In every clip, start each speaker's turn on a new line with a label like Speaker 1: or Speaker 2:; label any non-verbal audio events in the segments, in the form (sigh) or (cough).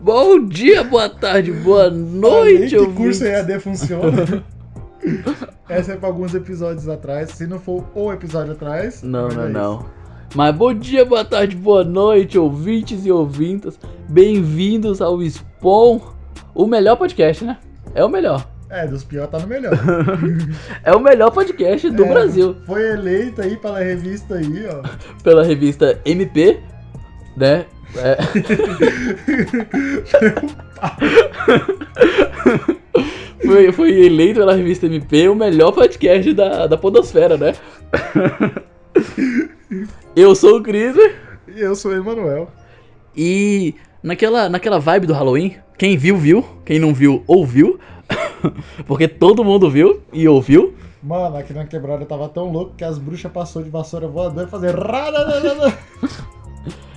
Speaker 1: Bom dia, boa tarde,
Speaker 2: (laughs)
Speaker 1: boa
Speaker 2: Olha,
Speaker 1: noite,
Speaker 2: que curso é
Speaker 1: ouvinte.
Speaker 2: EAD funciona. (laughs) Essa é pra alguns episódios atrás. Se não for o episódio atrás.
Speaker 1: Não,
Speaker 2: mas
Speaker 1: não,
Speaker 2: é isso.
Speaker 1: não. Mas bom dia, boa tarde, boa noite, ouvintes e ouvintas. Bem-vindos ao Spawn, o melhor podcast, né? É o melhor.
Speaker 2: É, dos piores tá no melhor.
Speaker 1: É o melhor podcast (laughs) do
Speaker 2: É,
Speaker 1: Brasil,
Speaker 2: Foi eleito aí pela revista aí, ó.
Speaker 1: pela revista MP, né? É. foi, foi eleito pela revista MP o melhor podcast da, da Podosfera, né? Eu sou o Cris
Speaker 2: E eu sou o Emanuel.
Speaker 1: e naquela, naquela vibe do Halloween, quem viu, viu. Quem não viu, ouviu. (laughs) Porque todo mundo viu e ouviu.
Speaker 2: Mano, aqui na quebrada eu tava tão louco que as bruxas passou de vassoura voadora e fazer.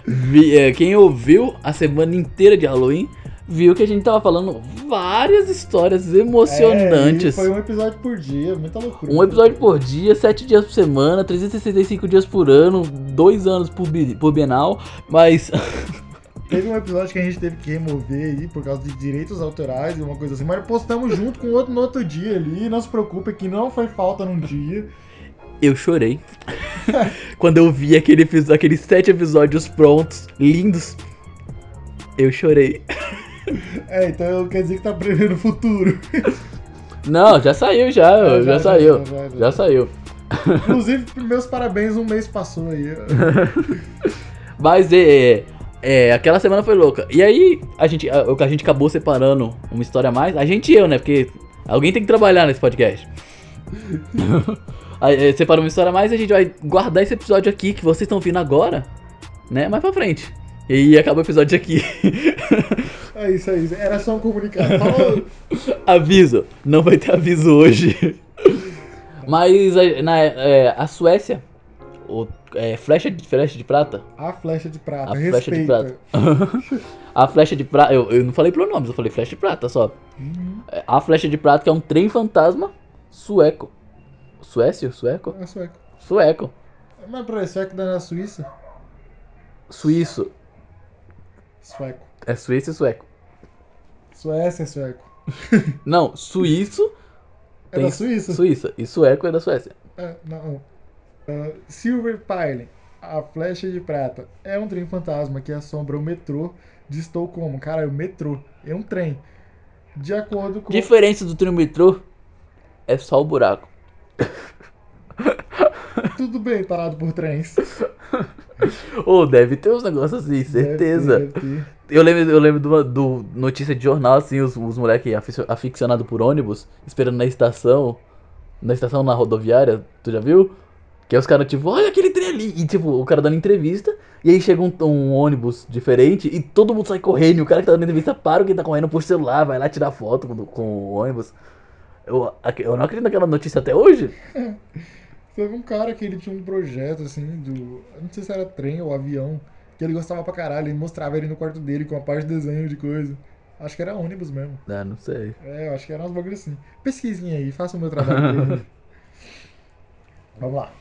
Speaker 1: Vi- é, quem ouviu a semana inteira de Halloween viu que a gente tava falando várias histórias
Speaker 2: É, e
Speaker 1: emocionantes.
Speaker 2: foi um episódio por dia, muita loucura.
Speaker 1: Um episódio por dia, sete dias por semana, 365 dias por ano, dois anos por, bi- por Bienal, mas (laughs)
Speaker 2: Teve um episódio que a gente teve que remover aí por causa de direitos autorais e uma coisa assim, mas postamos junto com outro no outro dia ali. Não se preocupe que não foi falta num dia.
Speaker 1: eu (laughs) chorei. Quando eu vi aquele, episo- aqueles sete episódios prontos, lindos, eu chorei.
Speaker 2: É, então quer dizer que tá prevendo o futuro.
Speaker 1: Não, já saiu já, Ah, já, saiu.
Speaker 2: já, já.
Speaker 1: Já saiu.
Speaker 2: Inclusive, meus parabéns, um mês passou aí.
Speaker 1: Mas é, é, aquela semana foi louca. E aí a gente, a, a gente acabou separando uma história a mais. A gente e eu, né? Porque alguém tem que trabalhar nesse podcast. (laughs) Aí, é, Separou uma história a mais e a gente vai guardar esse episódio aqui que vocês estão vindo agora, né? Mais pra frente. E aí acaba o episódio aqui. (laughs)
Speaker 2: É isso, é isso. Era só um comunicado. Falou!
Speaker 1: aviso, não vai ter aviso hoje. (laughs) Mas a, na, é, a Suécia, o, é, flecha, de, flecha de prata,
Speaker 2: A flecha de prata,
Speaker 1: A
Speaker 2: respeita.
Speaker 1: flecha de prata. a flecha de prata, eu, eu não falei pronomes, eu falei flecha de prata só.
Speaker 2: Hum,
Speaker 1: A flecha de prata que é um trem fantasma sueco. Suécio? Sueco?
Speaker 2: é sueco.
Speaker 1: Sueco.
Speaker 2: Mas peraí, sueco dá na Suíça?
Speaker 1: Suíço.
Speaker 2: Sueco.
Speaker 1: É suíço e sueco.
Speaker 2: Suécia é sueco.
Speaker 1: Não, suíço,
Speaker 2: É
Speaker 1: Tem
Speaker 2: da Suíça?
Speaker 1: suíça. E sueco é da Suécia.
Speaker 2: É, não. Ah, Silver Pile, a flecha de prata, é um trem fantasma que assombra o metrô de Estocolmo. Cara, é o metrô é um trem. De acordo com.
Speaker 1: Diferente do trem metrô, é só o buraco.
Speaker 2: (laughs) Tudo bem, parado por trens.
Speaker 1: Ou deve ter uns negócios assim, certeza.
Speaker 2: Deve ter, deve ter.
Speaker 1: Eu lembro, eu lembro de uma- do, notícia de jornal, assim, os, os moleques aficionados por ônibus, esperando na estação, na estação na rodoviária, tu já viu? Que aí os caras, tipo, olha aquele trem ali, e tipo, o cara dando entrevista, e aí chega um, um ônibus diferente, e todo mundo sai correndo, e o cara que tá dando entrevista para o que tá correndo por celular, vai lá tirar foto com, com o ônibus. Eu, eu não acredito naquela notícia até hoje.
Speaker 2: Teve um cara que ele tinha um projeto assim do. eu Não sei se era trem ou avião. Que ele gostava pra caralho. Ele mostrava ele no quarto dele com a parte de desenho de coisa. Acho que era ônibus mesmo.
Speaker 1: Ah, não sei.
Speaker 2: É, eu acho que era umas bagulho assim. Pesquisem aí, façam o meu trabalho. aí. Vamos lá.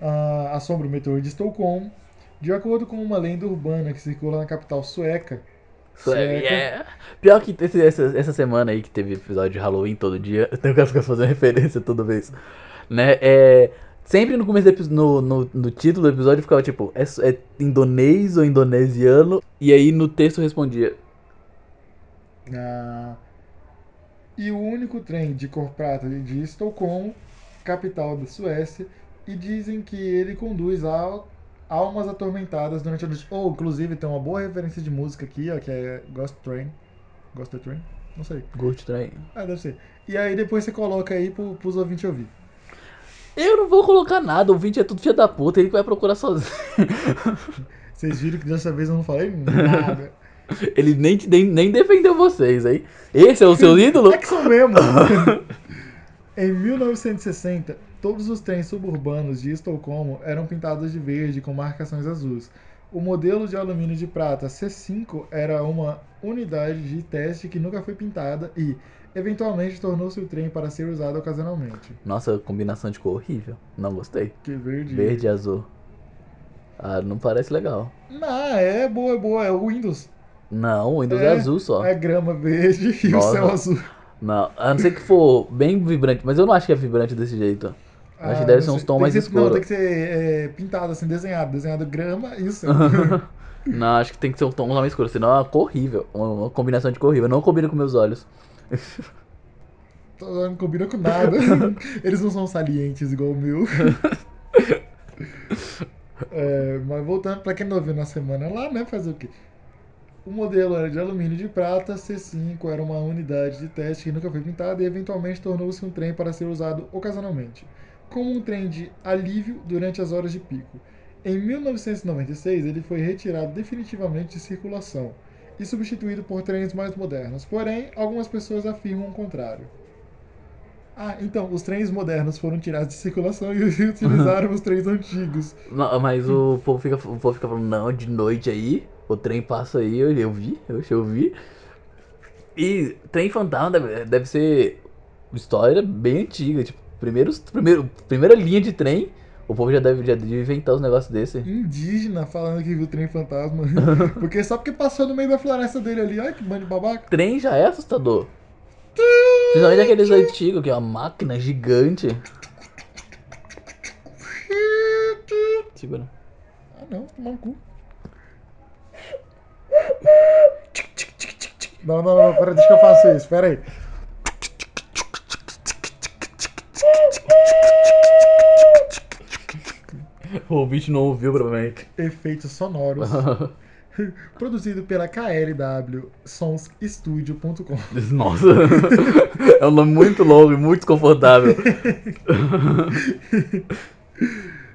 Speaker 2: Ah, assombra o metrô de Estocolmo. De acordo com uma lenda urbana que circula na capital sueca.
Speaker 1: Isso é-
Speaker 2: Sueca.
Speaker 1: é. Pior que esse- essa, essa semana aí que teve episódio de Halloween todo dia, (laughs) eu tenho que ficar fazendo referência toda vez. Né? É, sempre no começo do epi- no, no, no título do episódio ficava tipo, é, su- é indonês ou indonesiano? E aí no texto respondia.
Speaker 2: ah, e o único trem de cor prata de Estocolmo, capital da Suécia. E dizem que ele conduz a almas atormentadas durante a noite. Ou, inclusive, tem uma boa referência de música aqui, ó, que é Ghost Train. Ghost Train? Não sei.
Speaker 1: Ghost Train.
Speaker 2: Ah, deve ser. E aí depois você coloca aí pro, pros ouvintes ouvir.
Speaker 1: Eu não vou colocar nada, o ouvinte é tudo filho da puta, ele que vai procurar sozinho. (laughs)
Speaker 2: Vocês viram que dessa vez eu não falei nada.
Speaker 1: Ele nem, te- nem, nem defendeu vocês, hein? Esse é o seu ídolo?
Speaker 2: É que são mesmo. (laughs) em 1960, todos os trens suburbanos de Estocolmo eram pintados de verde com marcações azuis. O modelo de alumínio de prata C5 era uma unidade de teste que nunca foi pintada e, eventualmente, tornou-se o trem para ser usado ocasionalmente.
Speaker 1: Nossa, combinação de cor horrível. Não gostei.
Speaker 2: Que verde.
Speaker 1: Verde e azul. Ah, não parece legal.
Speaker 2: Não, é boa, é boa. É o Windows.
Speaker 1: Não, o Windows é,
Speaker 2: É,
Speaker 1: azul só.
Speaker 2: É grama verde (laughs) e o
Speaker 1: Nossa.
Speaker 2: céu azul.
Speaker 1: Não, a não ser que for bem vibrante, mas eu não acho que é vibrante desse jeito. (laughs) Acho que deve
Speaker 2: Ah, não
Speaker 1: ser uns
Speaker 2: sei.
Speaker 1: tons
Speaker 2: Tem
Speaker 1: mais
Speaker 2: que ser- Não,
Speaker 1: escuro.
Speaker 2: tem que ser é, pintado, assim, desenhado. Desenhado grama e
Speaker 1: (laughs)
Speaker 2: o céu.
Speaker 1: não, acho que tem que ser um tom mais escuro, senão é uma cor horrível. Uma, uma combinação de cor horrível. Não combina com meus olhos.
Speaker 2: Não combina com nada. Eles não são salientes igual o meu. É, mas voltando pra quem não viu na semana lá, né? Fazer o quê? O modelo era de alumínio de prata, C5 era uma unidade de teste que nunca foi pintada e eventualmente tornou-se um trem para ser usado ocasionalmente, como um trem de alívio durante as horas de pico. Em 1996, ele foi retirado definitivamente de circulação e substituído por trens mais modernos, porém, algumas pessoas afirmam o contrário. Ah, então, os trens modernos foram tirados de circulação e (laughs) utilizaram os trens antigos.
Speaker 1: Não, mas o povo, fica, o povo fica falando, não, de noite aí, o trem passa aí, eu, eu vi, eu, eu vi. E trem fantasma deve, deve ser uma história bem antiga, tipo, primeiros, primeiro, primeira linha de trem, o povo já deve, já deve inventar os negócios desse.
Speaker 2: Indígena falando que viu o trem fantasma. Porque só porque passou no meio da floresta dele ali, olha que bando de babaca.
Speaker 1: Trem já é assustador. Principalmente aqueles antigos, que é uma máquina gigante. Segura.
Speaker 2: Ah não, tomar no cu. Não, não, não, pera, deixa que eu faço isso, pera aí.
Speaker 1: O ouvinte não ouviu, provavelmente. (laughs)
Speaker 2: Efeitos sonoros. Produzido pela KLW sonsstudio.com.
Speaker 1: Nossa, é um nome muito longo e muito desconfortável.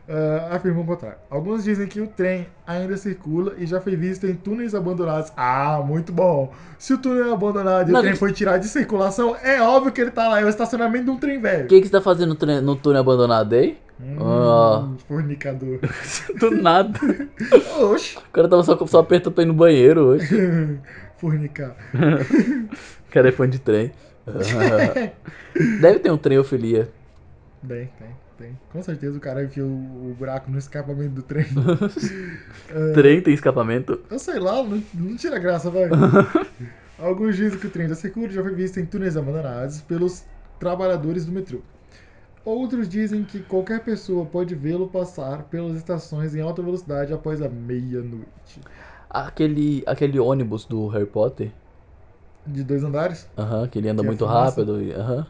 Speaker 2: Ah, afirmam o contrário. Alguns dizem que o trem ainda circula e já foi visto em túneis abandonados. Ah, muito bom! Se o túnel é abandonado e
Speaker 1: Não,
Speaker 2: o trem
Speaker 1: gente-
Speaker 2: foi tirado de circulação, é óbvio que ele tá lá, é o estacionamento de um trem
Speaker 1: O
Speaker 2: velho.
Speaker 1: que, que você tá fazendo no tre- no túnel abandonado aí?
Speaker 2: Hum,
Speaker 1: Ah.
Speaker 2: Fornicador.
Speaker 1: (laughs) Do nada.
Speaker 2: Oxe!
Speaker 1: O cara tava só, só apertando pra ir no banheiro hoje.
Speaker 2: Fornicar.
Speaker 1: O cara é fã de trem. (laughs) Deve ter um treofilia.
Speaker 2: Tem, tem, tem. Com certeza o cara enfiou o o buraco no escapamento do
Speaker 1: (laughs)
Speaker 2: trem.
Speaker 1: Trem tem escapamento.
Speaker 2: Eu sei lá, não, não tira graça,
Speaker 1: (laughs)
Speaker 2: vai. Alguns dizem que o trem da Secura já foi visto em túneis abandonados pelos trabalhadores do metrô. Outros dizem que qualquer pessoa pode vê-lo passar pelas estações em alta velocidade após a meia-noite.
Speaker 1: Aquele, aquele ônibus do Harry Potter,
Speaker 2: De dois andares?
Speaker 1: aham, que ele anda
Speaker 2: Que é
Speaker 1: muito
Speaker 2: fumaça.
Speaker 1: rápido. e- Aham.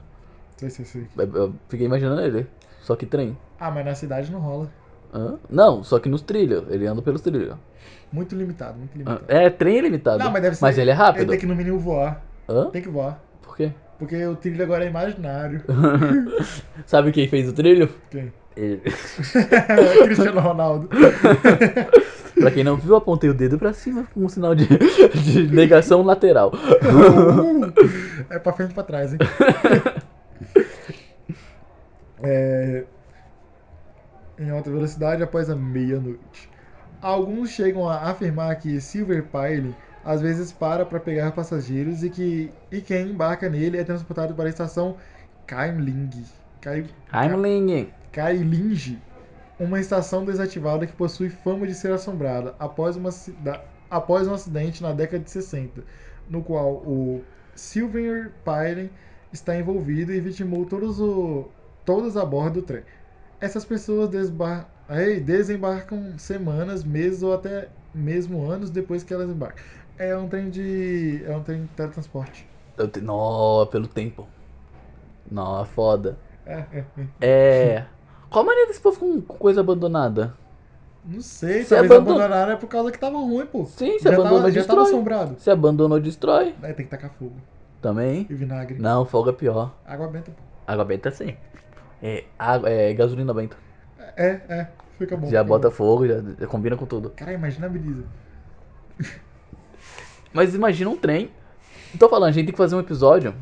Speaker 2: Sei, sei, sei.
Speaker 1: Eu- eu Fiquei imaginando ele. Só que trem.
Speaker 2: Ah, mas na cidade não rola.
Speaker 1: Aham. Não, só que nos trilhos. Ele anda pelos trilhos.
Speaker 2: Muito limitado, muito
Speaker 1: Ah,
Speaker 2: limitado.
Speaker 1: É, trem é limitado.
Speaker 2: Não, mas deve ser-
Speaker 1: ele é
Speaker 2: Ele
Speaker 1: rápido.
Speaker 2: tem que no mínimo voar.
Speaker 1: Hã?
Speaker 2: Tem que voar.
Speaker 1: Por quê?
Speaker 2: Porque o trilho agora é
Speaker 1: (laughs)
Speaker 2: imaginário.
Speaker 1: Sabe quem fez o trilho?
Speaker 2: Quem? (laughs)
Speaker 1: Ele.
Speaker 2: Cristiano Ronaldo.
Speaker 1: (laughs) Pra quem não viu, eu apontei o dedo pra cima com um sinal de, (laughs) de negação lateral.
Speaker 2: (laughs) é pra frente e pra trás, hein? É, Em alta velocidade após a meia-noite. Alguns chegam a afirmar que Silver Pile às vezes para para pegar passageiros e que e quem embarca nele é transportado para a estação Kaimling. Kai-
Speaker 1: Heimling.
Speaker 2: Kailinge, uma estação desativada que possui fama de ser assombrada após, uma cida- após um acidente na década de 60, no qual o Sylvain Pyren está envolvido e vitimou todos o- todas a bordo do trem. Essas pessoas desbar- ei, desembarcam semanas, meses ou até mesmo anos depois que elas embarcam. É um trem de. É um trem de teletransporte.
Speaker 1: Eu te... Nó, pelo tempo. Nó, é foda.
Speaker 2: É, é, é.
Speaker 1: É. Qual a mania desse povo com com coisa abandonada?
Speaker 2: Não sei,
Speaker 1: Você
Speaker 2: talvez
Speaker 1: abandona-
Speaker 2: abandonaram é por causa que tava ruim, pô.
Speaker 1: Sim, se
Speaker 2: Já
Speaker 1: abandonou,
Speaker 2: tava, já tava
Speaker 1: destrói.
Speaker 2: um- assombrado.
Speaker 1: Se abandonou, destrói.
Speaker 2: Aí tem que tacar fogo.
Speaker 1: Também.
Speaker 2: E vinagre.
Speaker 1: Não, folga é pior.
Speaker 2: Água benta. pô.
Speaker 1: Água benta sim. É, água, é gasolina benta.
Speaker 2: É, é. Fica bom.
Speaker 1: Já
Speaker 2: fica
Speaker 1: bota
Speaker 2: bom.
Speaker 1: fogo, já, já combina com tudo.
Speaker 2: Cara, imagina a beleza.
Speaker 1: Mas imagina um trem. Tô falando, a gente tem que fazer um episódio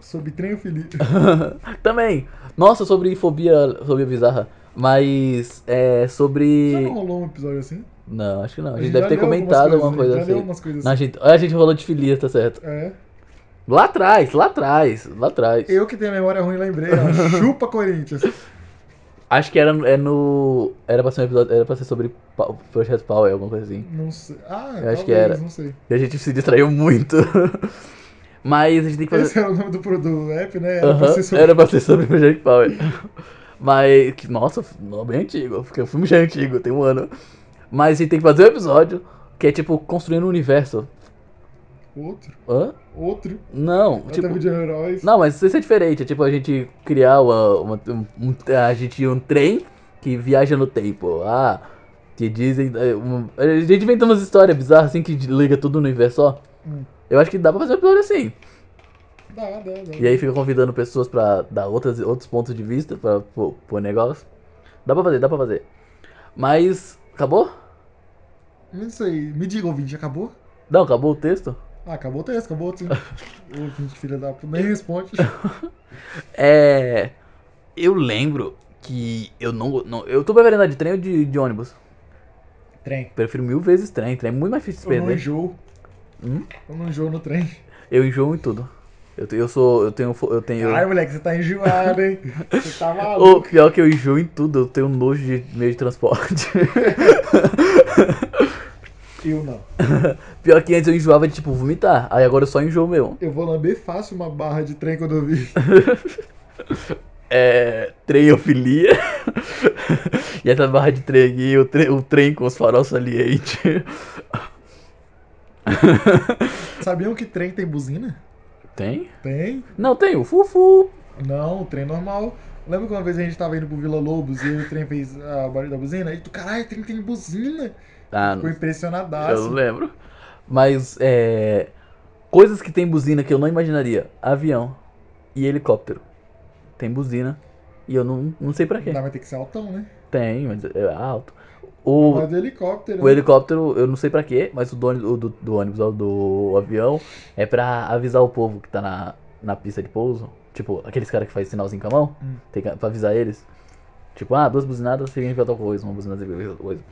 Speaker 2: Sobre trem o Felipe.
Speaker 1: (laughs) Também. Nossa, sobre fobia, fobia bizarra. Mas é
Speaker 2: Já
Speaker 1: sobre.
Speaker 2: não rolou um episódio assim?
Speaker 1: Não, acho que não. A gente
Speaker 2: já
Speaker 1: deve ter
Speaker 2: leu algumas
Speaker 1: comentado
Speaker 2: coisas,
Speaker 1: alguma
Speaker 2: né?
Speaker 1: coisa
Speaker 2: Já leu
Speaker 1: assim.
Speaker 2: umas coisas
Speaker 1: Não, a,
Speaker 2: assim.
Speaker 1: gente... a gente falou de filias, tá certo.
Speaker 2: É.
Speaker 1: Lá atrás, lá atrás, lá atrás. (laughs)
Speaker 2: Eu que tenho a memória ruim lembrei, ó. Chupa Corinthians.
Speaker 1: Acho que era é no. Era pra ser um episódio. Era pra ser sobre pa- Project Power, alguma coisa assim.
Speaker 2: Não sei. Ah,
Speaker 1: Eu acho que
Speaker 2: talvez,
Speaker 1: era.
Speaker 2: não sei.
Speaker 1: E a gente se distraiu muito. (laughs) Mas a gente tem que fazer.
Speaker 2: Esse era o nome do, pro- do app, né? Era pra
Speaker 1: Aham,
Speaker 2: ser sobre-
Speaker 1: Era pra ser sobre o Jack Power. Mas, que- nossa, não, bem antigo, porque o filme já é antigo, tem um ano. Mas a gente tem que fazer um episódio que é tipo construindo um universo.
Speaker 2: Outro.
Speaker 1: Hã?
Speaker 2: Outro.
Speaker 1: Não,
Speaker 2: Tipo...
Speaker 1: tipo.
Speaker 2: Ataque de heróis.
Speaker 1: Não, mas isso é diferente. É tipo a gente criar uma, uma- um, um- a gente um trem que viaja no tempo. Ah, que dizem. é, um- a gente inventa umas histórias bizarras assim que liga tudo no universo só.
Speaker 2: Hum.
Speaker 1: Eu acho que dá pra fazer um episódio assim.
Speaker 2: Dá, dá, dá.
Speaker 1: E aí fica convidando pessoas pra dar outras, outros pontos de vista pra pôr pôr negócio. Dá pra fazer, dá pra fazer. Mas. Acabou?
Speaker 2: Não sei. Me diga, ouvinte, acabou?
Speaker 1: Não, acabou o texto?
Speaker 2: Ah, acabou o texto, acabou
Speaker 1: (laughs)
Speaker 2: o texto. O ouvinte, filha da puta, nem responde.
Speaker 1: É. Eu lembro que eu não. não eu tô preferendo andar de trem ou de, de ônibus?
Speaker 2: Trem.
Speaker 1: Prefiro mil vezes trem, trem é muito mais difícil de
Speaker 2: Eu não
Speaker 1: perder.
Speaker 2: um enjoo.
Speaker 1: Hum?
Speaker 2: Eu não enjoo no trem.
Speaker 1: Eu enjoo em tudo. Eu, te- eu sou. Eu tenho. fo- Eu tenho.
Speaker 2: Ai, moleque, você tá
Speaker 1: (laughs)
Speaker 2: enjoado, hein? Você tá maluco.
Speaker 1: O pior que eu enjoo em tudo, eu tenho nojo de meio de transporte. (laughs)
Speaker 2: Eu não.
Speaker 1: pior que antes eu enjoava de tipo vomitar. Aí agora eu só enjoo mesmo.
Speaker 2: Eu vou lamber fácil uma barra de trem quando eu vi.
Speaker 1: (laughs) é, treiofilia. (laughs) e essa barra de trem aqui, o, tre- o trem com os faróis salientes.
Speaker 2: Sabiam que trem tem buzina?
Speaker 1: Tem?
Speaker 2: Tem.
Speaker 1: Não, tem o fufu.
Speaker 2: Não, trem é normal. Lembra que uma vez a gente tava indo pro Vila Lobos e o trem fez ah, o barulho da buzina? E tu, caralho, trem tem buzina.
Speaker 1: Ah,
Speaker 2: Ficou
Speaker 1: eu não
Speaker 2: impressionadaço.
Speaker 1: lembro. Mas, é... Coisas que tem buzina que eu não imaginaria. Avião e helicóptero. Tem buzina. E eu não, não sei pra quê.
Speaker 2: Não, vai ter que ser altão, né?
Speaker 1: Tem, mas é alto. O,
Speaker 2: Mas do helicóptero.
Speaker 1: o
Speaker 2: né?
Speaker 1: helicóptero, eu não sei pra quê, mas o do, ônibus- o do, do ônibus, ó, do avião, é pra avisar o povo que tá na, na pista de pouso. Tipo, aqueles caras que fazem sinalzinho com a mão,
Speaker 2: Hum.
Speaker 1: tem que, pra avisar eles. Tipo, ah, duas buzinadas significa tal coisa, uma buzinada significa outra coisa.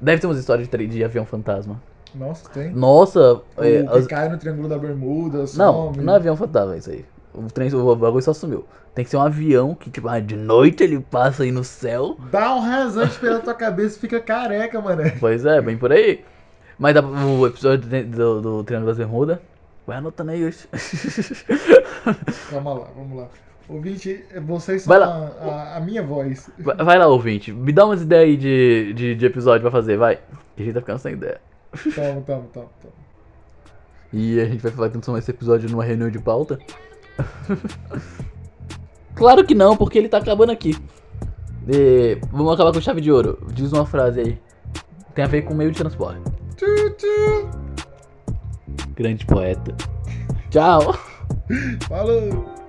Speaker 1: Deve ter umas histórias de, tre- de avião fantasma.
Speaker 2: né? Nossa, tem.
Speaker 1: Nossa,
Speaker 2: O
Speaker 1: é,
Speaker 2: que
Speaker 1: as-
Speaker 2: cai no Triângulo da Bermuda,
Speaker 1: não,
Speaker 2: some.
Speaker 1: não é avião fantasma isso aí. O trem, o bagulho só sumiu. Tem que ser um avião que, tipo, ah, de noite ele passa aí no céu.
Speaker 2: Dá um rasante pela tua cabeça e fica careca, mano.
Speaker 1: Pois é, bem por aí. Mas dá- o episódio de- do, do Triângulo das Bermudas, vai anotando aí hoje.
Speaker 2: Calma lá, vamos lá. Ouvinte, é, vocês são
Speaker 1: Vai
Speaker 2: a,
Speaker 1: lá.
Speaker 2: a- a
Speaker 1: (laughs)
Speaker 2: minha voz.
Speaker 1: (laughs) Vai, vai lá, ouvinte, me dá umas ideias aí de, de, de episódio pra fazer, vai. Que a gente tá ficando sem ideia.
Speaker 2: Tamo, tamo, tamo, tamo.
Speaker 1: E a gente vai falar transformar esse episódio numa reunião de pauta? (laughs) claro que não, porque ele tá acabando aqui. E vamos acabar com chave de ouro. Diz uma frase aí. Tem a ver com meio de transporte.
Speaker 2: Tchu, tchu.
Speaker 1: Grande poeta. Tchau!
Speaker 2: Falou!